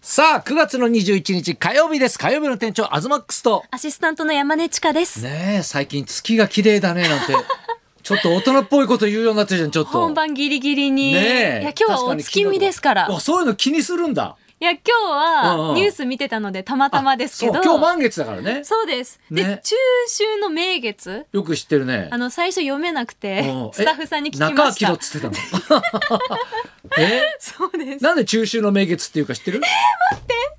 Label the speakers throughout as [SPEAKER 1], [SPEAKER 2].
[SPEAKER 1] さあ9月の21日火曜日です火曜日の店長アズマックスと
[SPEAKER 2] アシスタントの山根千佳です。
[SPEAKER 1] ねえ最近月が綺麗だね なんてちょっと大人っぽいこと言うようになってるじゃんちょっと
[SPEAKER 2] 本番ギリギリに。
[SPEAKER 1] ねえ
[SPEAKER 2] いや、今日はお月見ですから。
[SPEAKER 1] 確に昨日とあそういうの気にするんだ
[SPEAKER 2] いや、今日
[SPEAKER 1] うんう
[SPEAKER 2] は
[SPEAKER 1] ん
[SPEAKER 2] ニュース見てたのでたまたまですけど。
[SPEAKER 1] あそう今日満月だからね
[SPEAKER 2] そうです。で、
[SPEAKER 1] ね
[SPEAKER 2] 中秋の名月。
[SPEAKER 1] よく知ってるね
[SPEAKER 2] あの、最初読めなくて
[SPEAKER 1] うん、
[SPEAKER 2] スタッフさんに聞き
[SPEAKER 1] え
[SPEAKER 2] まし
[SPEAKER 1] 中明だ
[SPEAKER 2] た
[SPEAKER 1] っ。つってたの え
[SPEAKER 2] そうです。
[SPEAKER 1] なんで中秋の名月っていうか知ってる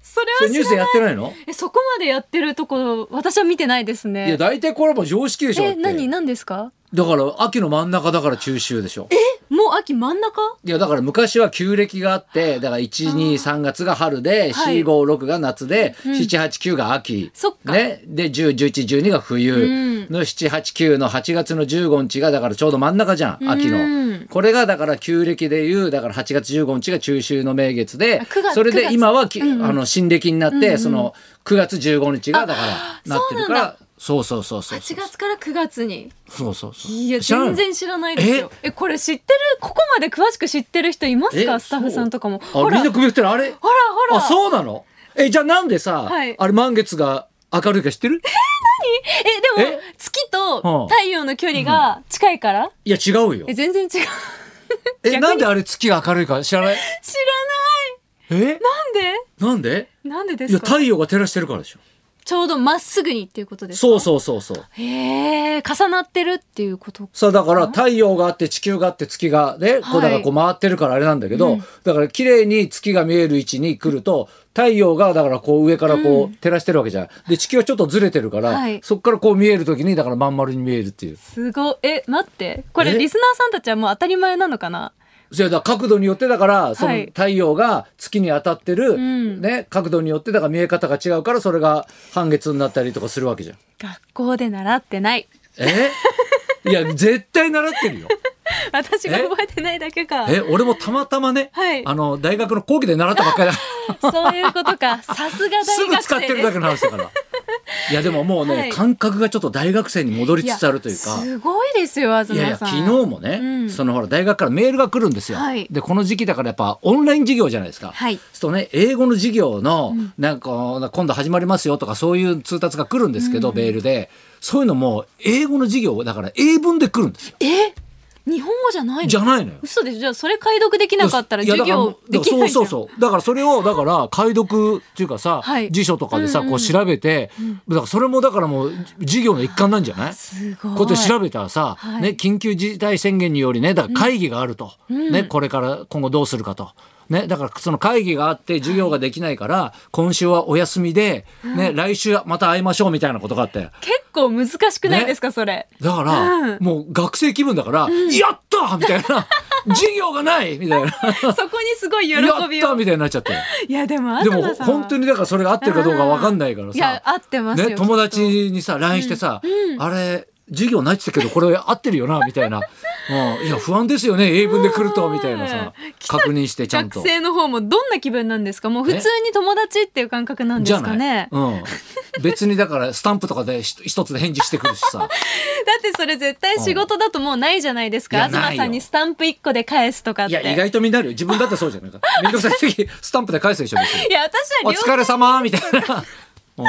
[SPEAKER 2] そ
[SPEAKER 1] それ
[SPEAKER 2] れは
[SPEAKER 1] ニュースでやってないの
[SPEAKER 2] え、そこまでやってるところ、私は見てないです
[SPEAKER 1] いや
[SPEAKER 2] ね。
[SPEAKER 1] 大体これはもう常識でしょだっ
[SPEAKER 2] え、
[SPEAKER 1] て
[SPEAKER 2] 何、何ですか
[SPEAKER 1] だから秋の真ん中だから中秋でしょ
[SPEAKER 2] もう秋真ん中
[SPEAKER 1] いやだから昔は旧暦があってだから123月が春で
[SPEAKER 2] はい
[SPEAKER 1] 456が夏で
[SPEAKER 2] うん
[SPEAKER 1] 789が秋、
[SPEAKER 2] そっか
[SPEAKER 1] ね、で101112が冬
[SPEAKER 2] うん
[SPEAKER 1] の789の8月の15日がだからちょうど真ん中じゃん秋
[SPEAKER 2] う
[SPEAKER 1] の
[SPEAKER 2] ん
[SPEAKER 1] これがだから旧暦でいうだから8月15日が中秋の名月で
[SPEAKER 2] あ九月
[SPEAKER 1] それ
[SPEAKER 2] 九
[SPEAKER 1] で
[SPEAKER 2] 月
[SPEAKER 1] 今はき、
[SPEAKER 2] うんうん
[SPEAKER 1] あの新暦になって、その9月15日がだからなってるからそうそうそうそうそ
[SPEAKER 2] ?8
[SPEAKER 1] う
[SPEAKER 2] 月から9月に。
[SPEAKER 1] そうそうそう
[SPEAKER 2] いや
[SPEAKER 1] 知らない
[SPEAKER 2] 全然知らないですよえこれ知ってるここまで詳しく知ってる人います
[SPEAKER 1] え
[SPEAKER 2] かスタッフさんとかも
[SPEAKER 1] あ
[SPEAKER 2] ほ
[SPEAKER 1] み
[SPEAKER 2] ら
[SPEAKER 1] ん
[SPEAKER 2] ほ
[SPEAKER 1] な
[SPEAKER 2] ら
[SPEAKER 1] 首振ってるあれ
[SPEAKER 2] ほら
[SPEAKER 1] あそうなのえじゃあなんでさ、
[SPEAKER 2] はい
[SPEAKER 1] あれ満月が明るいか知ってる
[SPEAKER 2] えでも
[SPEAKER 1] え
[SPEAKER 2] 月と
[SPEAKER 1] はあ
[SPEAKER 2] 太陽の距離が近いから
[SPEAKER 1] いや違うよ
[SPEAKER 2] え全然違う
[SPEAKER 1] え
[SPEAKER 2] 知らな逆に
[SPEAKER 1] なんであれ月が明るいか知らないえ
[SPEAKER 2] いなん
[SPEAKER 1] なんで
[SPEAKER 2] でなんでで
[SPEAKER 1] いや
[SPEAKER 2] すか
[SPEAKER 1] 太陽が照らしてるからでしょ
[SPEAKER 2] ちょうどまっすぐにっていうことですか
[SPEAKER 1] そうそうそうそう
[SPEAKER 2] へえ重なってるっていうこと
[SPEAKER 1] さあだから太陽があって地球があって月がね、こうだからこう回ってるからあれなんだけど、だから綺麗に月が見える位置に来ると太陽がだからこう上からこう照らしてるわけじゃん、で地球はちょっとずれてるから、
[SPEAKER 2] はい
[SPEAKER 1] そっからこう見える時にだからまん丸に見えるっていう
[SPEAKER 2] すごいえ待ってこれ
[SPEAKER 1] え
[SPEAKER 2] リスナーさんたちはもう当たり前なのかな
[SPEAKER 1] それだから角度によってだからその
[SPEAKER 2] い
[SPEAKER 1] 太陽が月に当たってる、
[SPEAKER 2] ん
[SPEAKER 1] ね、角度によってだから見え方が違うからそれが半月になったりとかするわけじゃん。
[SPEAKER 2] 学校で習ってない
[SPEAKER 1] えいや絶対習ってるよ。
[SPEAKER 2] 私が
[SPEAKER 1] え
[SPEAKER 2] 覚えてないだけか
[SPEAKER 1] え 俺もたまたまね、
[SPEAKER 2] はい
[SPEAKER 1] あの大学の講義で習ったばっか りだ
[SPEAKER 2] そういうことかさすが大学生です
[SPEAKER 1] すぐ使ってるだけの話だから。いやでももうね、
[SPEAKER 2] はい
[SPEAKER 1] 感覚がちょっと大学生に戻りつつあるというか。
[SPEAKER 2] やすごいですよ東さん
[SPEAKER 1] いやいや昨日もね、
[SPEAKER 2] うん
[SPEAKER 1] そのほら大学からメールが来るんですよ。
[SPEAKER 2] はい
[SPEAKER 1] でこの時期だからやっぱオンライン授業じゃないですか。
[SPEAKER 2] はい
[SPEAKER 1] そうするとね英語の授業の、なんかこう今度始まりますよとかそういう通達が来るんですけど、メールでそういうのも英語の授業だから英文で来るんですよ。
[SPEAKER 2] え日本語じゃないの
[SPEAKER 1] じゃないのよ。
[SPEAKER 2] 嘘でしょじゃあそれ解読できなかったら授
[SPEAKER 1] いやだから
[SPEAKER 2] 業できないじゃん
[SPEAKER 1] だからそうそうそうだからそれをだから解読っていうかさ、
[SPEAKER 2] はい
[SPEAKER 1] 辞書とかでさ
[SPEAKER 2] うんうん
[SPEAKER 1] こう調べて、だからそれもだからもう授業の一環なんじゃない
[SPEAKER 2] すごい
[SPEAKER 1] こうやって調べたらさ、
[SPEAKER 2] はい
[SPEAKER 1] ね、緊急事態宣言によりねだから会議があると、ね、これから今後どうするかと。ね、だからその会議があって授業ができないから、今週はお休みで、ね来週また会いましょうみたいなことがあって
[SPEAKER 2] 結構難しくないですか、それ
[SPEAKER 1] だから、
[SPEAKER 2] うん
[SPEAKER 1] もう学生気分だから「やった!」みたい な「授業がない!」 みたいな「
[SPEAKER 2] そこにすごい喜
[SPEAKER 1] やった!」
[SPEAKER 2] びを
[SPEAKER 1] みたいになっちゃって
[SPEAKER 2] いやでも
[SPEAKER 1] でも
[SPEAKER 2] 東さんは
[SPEAKER 1] 本当にだからそれが合ってるかどうかわかんないから
[SPEAKER 2] いや
[SPEAKER 1] さ、
[SPEAKER 2] 合ってますよ、
[SPEAKER 1] ね、友達にさ LINE してさ、あれ授業ないって言ってたけどこれ合ってるよなみたい な、うん、いや不安ですよね英文で来るとみたいなさ
[SPEAKER 2] うん
[SPEAKER 1] 確認してちゃん
[SPEAKER 2] 学
[SPEAKER 1] と。
[SPEAKER 2] 生の方もどんな気分なんですかもう普通に友達っていう感覚なんで
[SPEAKER 1] じゃ
[SPEAKER 2] すか
[SPEAKER 1] ない
[SPEAKER 2] ね、
[SPEAKER 1] うん、別にだからスタンプとかで一一つで返事してくるし さ
[SPEAKER 2] だってそれ絶対仕事だともうないじゃないです
[SPEAKER 1] い
[SPEAKER 2] か、
[SPEAKER 1] やない
[SPEAKER 2] 東
[SPEAKER 1] よ
[SPEAKER 2] さんにスタンプ1個で返すとかっ
[SPEAKER 1] い
[SPEAKER 2] て
[SPEAKER 1] や意外とみんなあるよ自分だってそうじゃない か面倒くさい時スタンプで返すでしょ別に
[SPEAKER 2] いや私
[SPEAKER 1] お
[SPEAKER 2] は両
[SPEAKER 1] 疲れ様みたいな、 うん、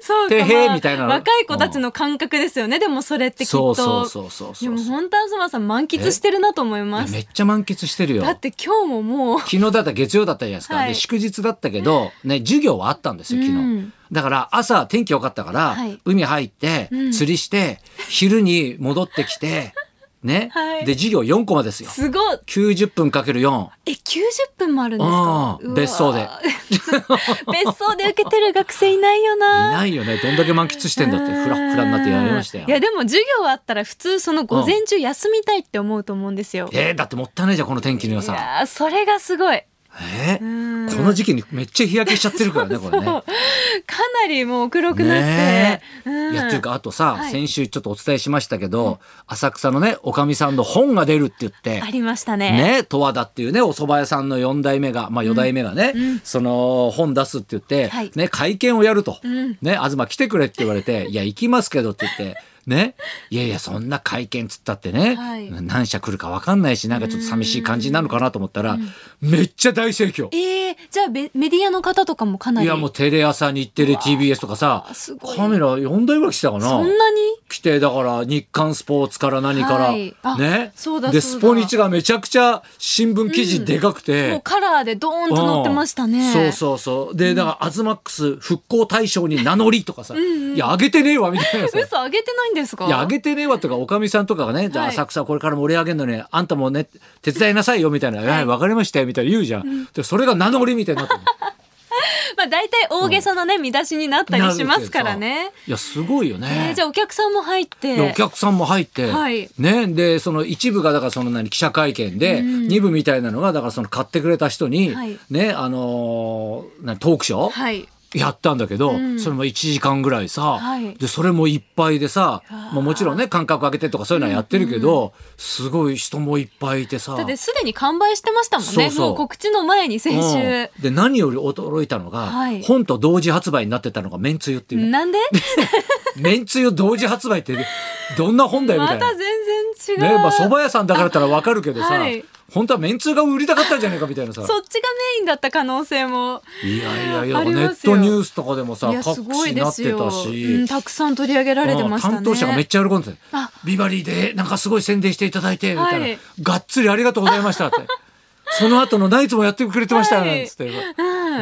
[SPEAKER 2] そう
[SPEAKER 1] て
[SPEAKER 2] か、
[SPEAKER 1] へー
[SPEAKER 2] まあ
[SPEAKER 1] みたいな
[SPEAKER 2] 若い子たちの感覚ですよね、でもそれってきっ
[SPEAKER 1] そう
[SPEAKER 2] と
[SPEAKER 1] そうそうそうそ
[SPEAKER 2] で
[SPEAKER 1] う
[SPEAKER 2] も本当東さん満喫してるなと思いま
[SPEAKER 1] いや
[SPEAKER 2] す
[SPEAKER 1] めっちゃ満喫してるよ
[SPEAKER 2] だって今日ももう
[SPEAKER 1] 昨日だった月曜だったじゃないですか、
[SPEAKER 2] はい
[SPEAKER 1] で祝日だったけど、ね、授業はあったんですよ昨日、
[SPEAKER 2] うん
[SPEAKER 1] だから朝天気良かったから、
[SPEAKER 2] はい
[SPEAKER 1] 海入って、
[SPEAKER 2] うん
[SPEAKER 1] 釣りして昼に戻ってき てね、
[SPEAKER 2] はい
[SPEAKER 1] で授業4コマですよ
[SPEAKER 2] すごい
[SPEAKER 1] 90分かける4
[SPEAKER 2] え90分もあるんです
[SPEAKER 1] う
[SPEAKER 2] か
[SPEAKER 1] ん
[SPEAKER 2] うわー
[SPEAKER 1] 別荘で
[SPEAKER 2] 別荘で受けてる学生いないよ
[SPEAKER 1] い
[SPEAKER 2] な
[SPEAKER 1] ないよねどんだけ満喫してんだってフラッフラになってやりましたよ
[SPEAKER 2] いやでも授業あったら普通その午前中休みたいって思うと思うんですよ、い
[SPEAKER 1] えーだってもったいないじゃんこの天気の良さ
[SPEAKER 2] やーそれがすごい
[SPEAKER 1] え
[SPEAKER 2] う
[SPEAKER 1] ー
[SPEAKER 2] ん
[SPEAKER 1] この時期にめっちゃ日焼けしちゃってるからねこれね
[SPEAKER 2] かなりもう黒くなって、
[SPEAKER 1] ねえ
[SPEAKER 2] うん
[SPEAKER 1] いやというかあとさ、
[SPEAKER 2] はい
[SPEAKER 1] 先週ちょっとお伝えしましたけど、浅草のねおかみさんの本が出るって言って
[SPEAKER 2] ありました
[SPEAKER 1] ね十和田っていうねお蕎麦屋さんの4代目がまあ4代目がね、その本出すって言って、
[SPEAKER 2] はい
[SPEAKER 1] ね、会見をやると「
[SPEAKER 2] ん
[SPEAKER 1] ね東来てくれ」って言われて「いや行きますけど」って言って。ね、いやいやそんな会見つったってね、
[SPEAKER 2] はい
[SPEAKER 1] 何社来るか分かんないしなんかちょっと寂しい感じになるのかなと思ったら、めっちゃ大盛況
[SPEAKER 2] えー、じゃあべメディアの方とかもかないり
[SPEAKER 1] やもうテレ朝日テレ TBS とかさ
[SPEAKER 2] すごい
[SPEAKER 1] カメラ4台ぐらい来てたかな
[SPEAKER 2] そんなに
[SPEAKER 1] 来てだから日刊スポーツから何から、
[SPEAKER 2] はいあ
[SPEAKER 1] ね
[SPEAKER 2] そうだ
[SPEAKER 1] で
[SPEAKER 2] そう
[SPEAKER 1] ス
[SPEAKER 2] だ
[SPEAKER 1] ポニチがめちゃくちゃ新聞記事でかくて、
[SPEAKER 2] もうカラーでドーンと乗ってましたね、
[SPEAKER 1] うんそうそうそうでだから「アズマックス復興大賞に名乗り」とかさ「いやあげてねえわ」みたいなさ
[SPEAKER 2] 嘘上げてないんですか
[SPEAKER 1] いや、あげてねえわとか、おかみさんとかがね、じゃあ、
[SPEAKER 2] はい
[SPEAKER 1] 浅草これから盛り上げるのに、あんたもね、手伝いなさいよ、みたいな、はい、わかりましたよ、みたいな言うじゃん。で、それが名乗りみたいになってる
[SPEAKER 2] まあ大体大げさなね、見出しになったりしますからね。
[SPEAKER 1] いや、すごいよね。
[SPEAKER 2] えーじゃあお客さんも入っ
[SPEAKER 1] でお
[SPEAKER 2] て。
[SPEAKER 1] 客さんも入って、
[SPEAKER 2] はい
[SPEAKER 1] ね、でその一部がだからその何記者会見で、二部みたいなのがだからその買ってくれた人に、
[SPEAKER 2] はい
[SPEAKER 1] ねあのーなトークショー、
[SPEAKER 2] はい。
[SPEAKER 1] やったんだけど、
[SPEAKER 2] ん
[SPEAKER 1] それも1時間ぐらいさ、
[SPEAKER 2] はい
[SPEAKER 1] でそれもいっぱいでさ、
[SPEAKER 2] やー
[SPEAKER 1] まあ、もちろんね間隔空けてとかそういうのはやってるけど、すごい人もいっぱいいてさ。
[SPEAKER 2] だってすでに完売してましたもんね。
[SPEAKER 1] そうそう
[SPEAKER 2] もう告知の前に先
[SPEAKER 1] う
[SPEAKER 2] 週。
[SPEAKER 1] んで何より驚いたのが、
[SPEAKER 2] はい
[SPEAKER 1] 本と同時発売になってたのが「めんつゆ」っていうね、
[SPEAKER 2] なんで
[SPEAKER 1] めんつゆ同時発売ってどんな本だよみ
[SPEAKER 2] ま
[SPEAKER 1] たいな
[SPEAKER 2] た。全然違う。
[SPEAKER 1] ねまあ、蕎麦屋さんだからだったらわかるけどさ、
[SPEAKER 2] はい
[SPEAKER 1] 本当はめんつゆが売りたかったんじゃないかみたいなさ
[SPEAKER 2] そっちがメインだった可能性も。
[SPEAKER 1] いやいやいや
[SPEAKER 2] あ
[SPEAKER 1] ネ
[SPEAKER 2] りますよ
[SPEAKER 1] ットニュースとかでもさ
[SPEAKER 2] いや、す
[SPEAKER 1] 各
[SPEAKER 2] ごい
[SPEAKER 1] 紙
[SPEAKER 2] で
[SPEAKER 1] なっ
[SPEAKER 2] す
[SPEAKER 1] て
[SPEAKER 2] よ。
[SPEAKER 1] たし、
[SPEAKER 2] うんたくさん取り上げられてましたね。
[SPEAKER 1] うん担当者がめっちゃ喜んでたよ
[SPEAKER 2] あ
[SPEAKER 1] ビバリーでなんかすごい宣伝していただいてみたいな、
[SPEAKER 2] はい
[SPEAKER 1] がっつりありがとうございま したってその後のナイツもやってくれてましたよ
[SPEAKER 2] はい
[SPEAKER 1] なんつって、
[SPEAKER 2] うん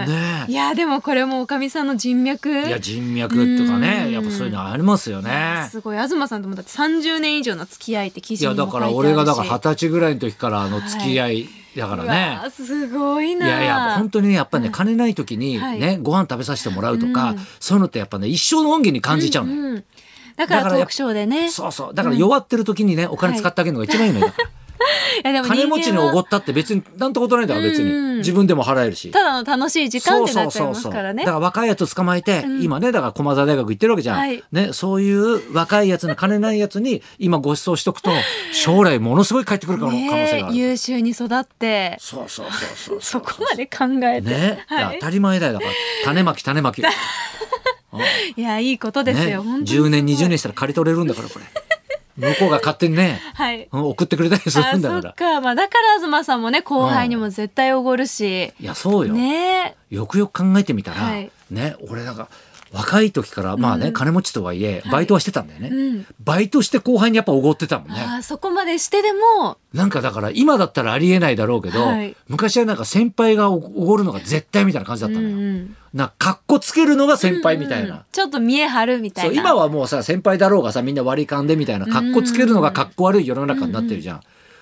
[SPEAKER 1] ねえ
[SPEAKER 2] いや、でもこれもおかみさんの人脈。
[SPEAKER 1] いや人脈とか
[SPEAKER 2] う
[SPEAKER 1] ね
[SPEAKER 2] ん
[SPEAKER 1] やっぱそういうのありますよね。
[SPEAKER 2] すごい東さんともだって30年以上の付き合いって記
[SPEAKER 1] い
[SPEAKER 2] 事に
[SPEAKER 1] や
[SPEAKER 2] も書
[SPEAKER 1] だ
[SPEAKER 2] いて
[SPEAKER 1] か
[SPEAKER 2] あるし
[SPEAKER 1] ら俺がだから二十歳ぐらいの時からの付き合いだからね。
[SPEAKER 2] うわすごい
[SPEAKER 1] い
[SPEAKER 2] な
[SPEAKER 1] やいや本当にねやっぱね、金ない時に
[SPEAKER 2] はい
[SPEAKER 1] ねご飯食べさせてもらうとか、
[SPEAKER 2] うん
[SPEAKER 1] そういうのってやっぱね一生の恩義に感じちゃうのよ、
[SPEAKER 2] うんだか
[SPEAKER 1] だ
[SPEAKER 2] らト
[SPEAKER 1] から
[SPEAKER 2] ークショーでね
[SPEAKER 1] そうそうだから弱ってる時にね、お金使ってあげるのが一番いいのよ、だから
[SPEAKER 2] いやでも人間
[SPEAKER 1] 金持ちにおご
[SPEAKER 2] は
[SPEAKER 1] ったって別になんてことないんだから別に、
[SPEAKER 2] うん
[SPEAKER 1] 自分でも払えるした
[SPEAKER 2] だの楽しい時間ってなっちゃいます
[SPEAKER 1] だ
[SPEAKER 2] か
[SPEAKER 1] からら
[SPEAKER 2] ね
[SPEAKER 1] 若いやつを捕まえて、今ねだから駒澤大学行ってるわけじゃん、
[SPEAKER 2] はい
[SPEAKER 1] ね、そういう若いやつの金ないやつに今ご馳走しとくと将来ものすごい帰ってくるかも可能性
[SPEAKER 2] ね
[SPEAKER 1] があ
[SPEAKER 2] え
[SPEAKER 1] る、
[SPEAKER 2] 優秀に育って
[SPEAKER 1] そうそうそうそう
[SPEAKER 2] そこまで考えて、
[SPEAKER 1] ね、いや
[SPEAKER 2] はい
[SPEAKER 1] 当たり前だよだから種まき種まき
[SPEAKER 2] いやいいことですよ、本当に
[SPEAKER 1] 10年20年したら借り取れるんだから これ向こうが勝手にね
[SPEAKER 2] はい
[SPEAKER 1] うん送ってくれたりする
[SPEAKER 2] あ
[SPEAKER 1] んだか
[SPEAKER 2] そっ
[SPEAKER 1] ら
[SPEAKER 2] か、まあ、だから東さんもね後輩にも絶対おごるし、
[SPEAKER 1] いやそうよ、
[SPEAKER 2] ねえ
[SPEAKER 1] よくよく考えてみたら、
[SPEAKER 2] はい
[SPEAKER 1] ね俺なんか若い時からまあね、金持ちとはいえバイトはしてたんだよね、
[SPEAKER 2] うん
[SPEAKER 1] バイトして後輩にやっぱおごってたもんね
[SPEAKER 2] あーそこまでしてでも
[SPEAKER 1] なんかだから今だったらありえないだろうけど、
[SPEAKER 2] はい
[SPEAKER 1] 昔はなんか先輩がおごるのが絶対みたいな感じだったのよ、
[SPEAKER 2] ん
[SPEAKER 1] なんかかっこつけるのが先輩みたいな、
[SPEAKER 2] うんちょっと見え張るみたい
[SPEAKER 1] そう
[SPEAKER 2] な
[SPEAKER 1] 今はもうさ先輩だろうがさみんな割り勘でみたいな格好つけるのが格好悪い世の中になってるじゃん、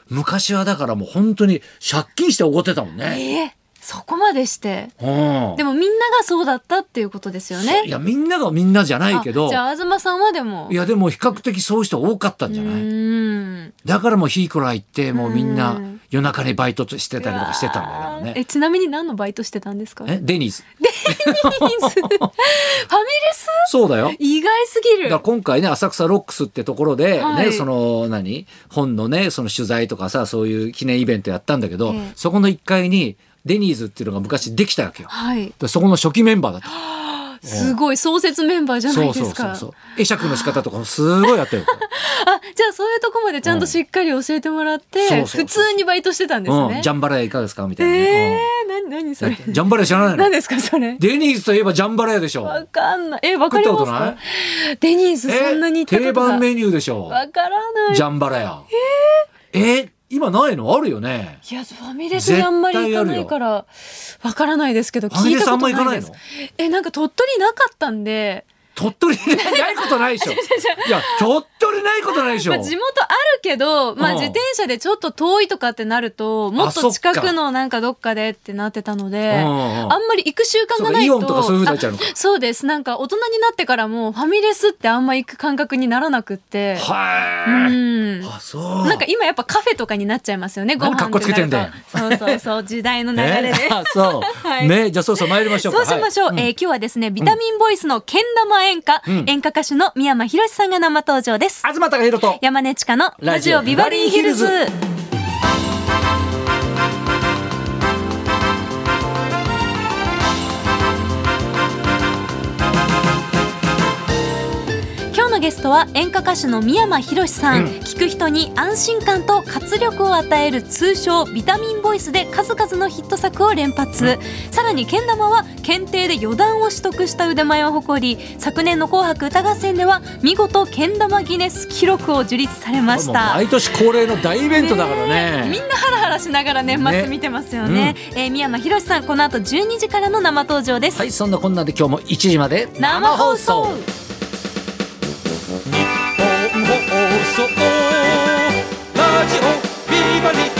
[SPEAKER 1] 昔はだからもう本当に借金しておごってたもんね、
[SPEAKER 2] ええそこまでして
[SPEAKER 1] うん
[SPEAKER 2] でもみんながそうだったっていうことですよ
[SPEAKER 1] そうい
[SPEAKER 2] ね
[SPEAKER 1] やみんながみんなじゃないけ
[SPEAKER 2] あ
[SPEAKER 1] ど
[SPEAKER 2] じゃあ東さんはでも
[SPEAKER 1] いやでも比較的そういう人多かったんじゃ
[SPEAKER 2] う
[SPEAKER 1] ない、
[SPEAKER 2] ーん
[SPEAKER 1] だからもうヒーコラ行ってもうみん
[SPEAKER 2] う
[SPEAKER 1] なん夜中にバイトしてたりとかしてたんだよね
[SPEAKER 2] えちなみに何のバイトしてたんですか
[SPEAKER 1] えデニーズ
[SPEAKER 2] ファミレスファミレス
[SPEAKER 1] そうだよ
[SPEAKER 2] 意外すぎ
[SPEAKER 1] だ
[SPEAKER 2] る
[SPEAKER 1] から今回ね浅草ロックスってところで、ね
[SPEAKER 2] はい
[SPEAKER 1] その何本のねその取材とかさそういう記念イベントやったんだけど、
[SPEAKER 2] ええ
[SPEAKER 1] そこの1階にデニーズっていうのが昔できたわけよ。
[SPEAKER 2] はい
[SPEAKER 1] でそこの初期メンバーだった。
[SPEAKER 2] すごい創設メンバーじゃな
[SPEAKER 1] そう
[SPEAKER 2] いで
[SPEAKER 1] そう
[SPEAKER 2] す
[SPEAKER 1] そ
[SPEAKER 2] か
[SPEAKER 1] うそう。会釈の仕方とかもすごいやったよ。
[SPEAKER 2] あじゃあそういうとこまでちゃんとしっかり教えてもらっ
[SPEAKER 1] う
[SPEAKER 2] て
[SPEAKER 1] んそうそ
[SPEAKER 2] 普
[SPEAKER 1] うそう
[SPEAKER 2] 通にバイトしてたんです
[SPEAKER 1] う
[SPEAKER 2] ね
[SPEAKER 1] ん、ジャンバラヤいかがですかみたいな、
[SPEAKER 2] え
[SPEAKER 1] ね
[SPEAKER 2] ーな何そ
[SPEAKER 1] うん
[SPEAKER 2] れ
[SPEAKER 1] ジャンバラヤ知らないの
[SPEAKER 2] 何ですかそれ
[SPEAKER 1] デニーズといえばジャンバラヤでしょ。
[SPEAKER 2] わかんないえわかります
[SPEAKER 1] 食った
[SPEAKER 2] か
[SPEAKER 1] こ
[SPEAKER 2] デニーズそんなに行ったこ
[SPEAKER 1] 定
[SPEAKER 2] とが
[SPEAKER 1] 番メニューでしょ。
[SPEAKER 2] わからない
[SPEAKER 1] ジャンバラヤ。ええ今ないのあるよね。
[SPEAKER 2] いやファミレスにあんまり行かないからわからないですけど
[SPEAKER 1] ファミ
[SPEAKER 2] 聞い
[SPEAKER 1] レス
[SPEAKER 2] た
[SPEAKER 1] あ
[SPEAKER 2] こ
[SPEAKER 1] んま行
[SPEAKER 2] と
[SPEAKER 1] か
[SPEAKER 2] な
[SPEAKER 1] ないい
[SPEAKER 2] で
[SPEAKER 1] の
[SPEAKER 2] すえなんか鳥取なかったんで、
[SPEAKER 1] 鳥取にないことないで しょ。いや、鳥取ないことないでしょ。
[SPEAKER 2] まあ、地元あるけど、まあ、
[SPEAKER 1] うん
[SPEAKER 2] 自転車でちょっと遠いとかってなるともっ
[SPEAKER 1] あそ
[SPEAKER 2] と
[SPEAKER 1] っか
[SPEAKER 2] 近くのなんかどっかでってなってたので
[SPEAKER 1] うん
[SPEAKER 2] あ
[SPEAKER 1] うんん
[SPEAKER 2] まり行く習慣がない
[SPEAKER 1] そう
[SPEAKER 2] と
[SPEAKER 1] かイオンとかそういう風になっちゃうのか
[SPEAKER 2] あそうですなんか大人になってからもファミレスってあんま行く感覚にならなくってう
[SPEAKER 1] は
[SPEAKER 2] ん
[SPEAKER 1] い。あ、そう。
[SPEAKER 2] なんか今やっぱカフェとかになっちゃいますよねご
[SPEAKER 1] なん
[SPEAKER 2] 飯
[SPEAKER 1] かかっこつけてんだよ
[SPEAKER 2] ってなるとそうそうそう時代の流れで
[SPEAKER 1] ね。あ、そう。
[SPEAKER 2] はい
[SPEAKER 1] ね、じゃあそうそう参りましょうか。
[SPEAKER 2] そうしましょう、
[SPEAKER 1] はい
[SPEAKER 2] えー今日はですねビタミンボイスのけん玉演歌、
[SPEAKER 1] うん
[SPEAKER 2] 演歌歌手の三山ひろしさんが生登場です
[SPEAKER 1] 東隆弘と。
[SPEAKER 2] 山根千佳のラジオビバリーヒルズ
[SPEAKER 1] ラ
[SPEAKER 2] 今日のゲストは演歌歌手の三山ひろしさん、聞く人に安心感と活力を与える通称ビタミンボイスで数々のヒット作を連発、さらにけん玉は検定で四段を取得した腕前を誇り昨年の「紅白歌合戦」では見事けん玉ギネス記録を樹立されまし
[SPEAKER 1] もう
[SPEAKER 2] た
[SPEAKER 1] 毎年恒例の大イベントだからね。
[SPEAKER 2] みんなハラハラしながら年末
[SPEAKER 1] ね
[SPEAKER 2] 見てますよねえー、三山ひろしさんこの後12時からの生登場です、
[SPEAKER 1] はい、そんなこんなで今日も1時まで
[SPEAKER 2] 生放
[SPEAKER 3] 放
[SPEAKER 2] 送
[SPEAKER 3] 送ラジオビバリー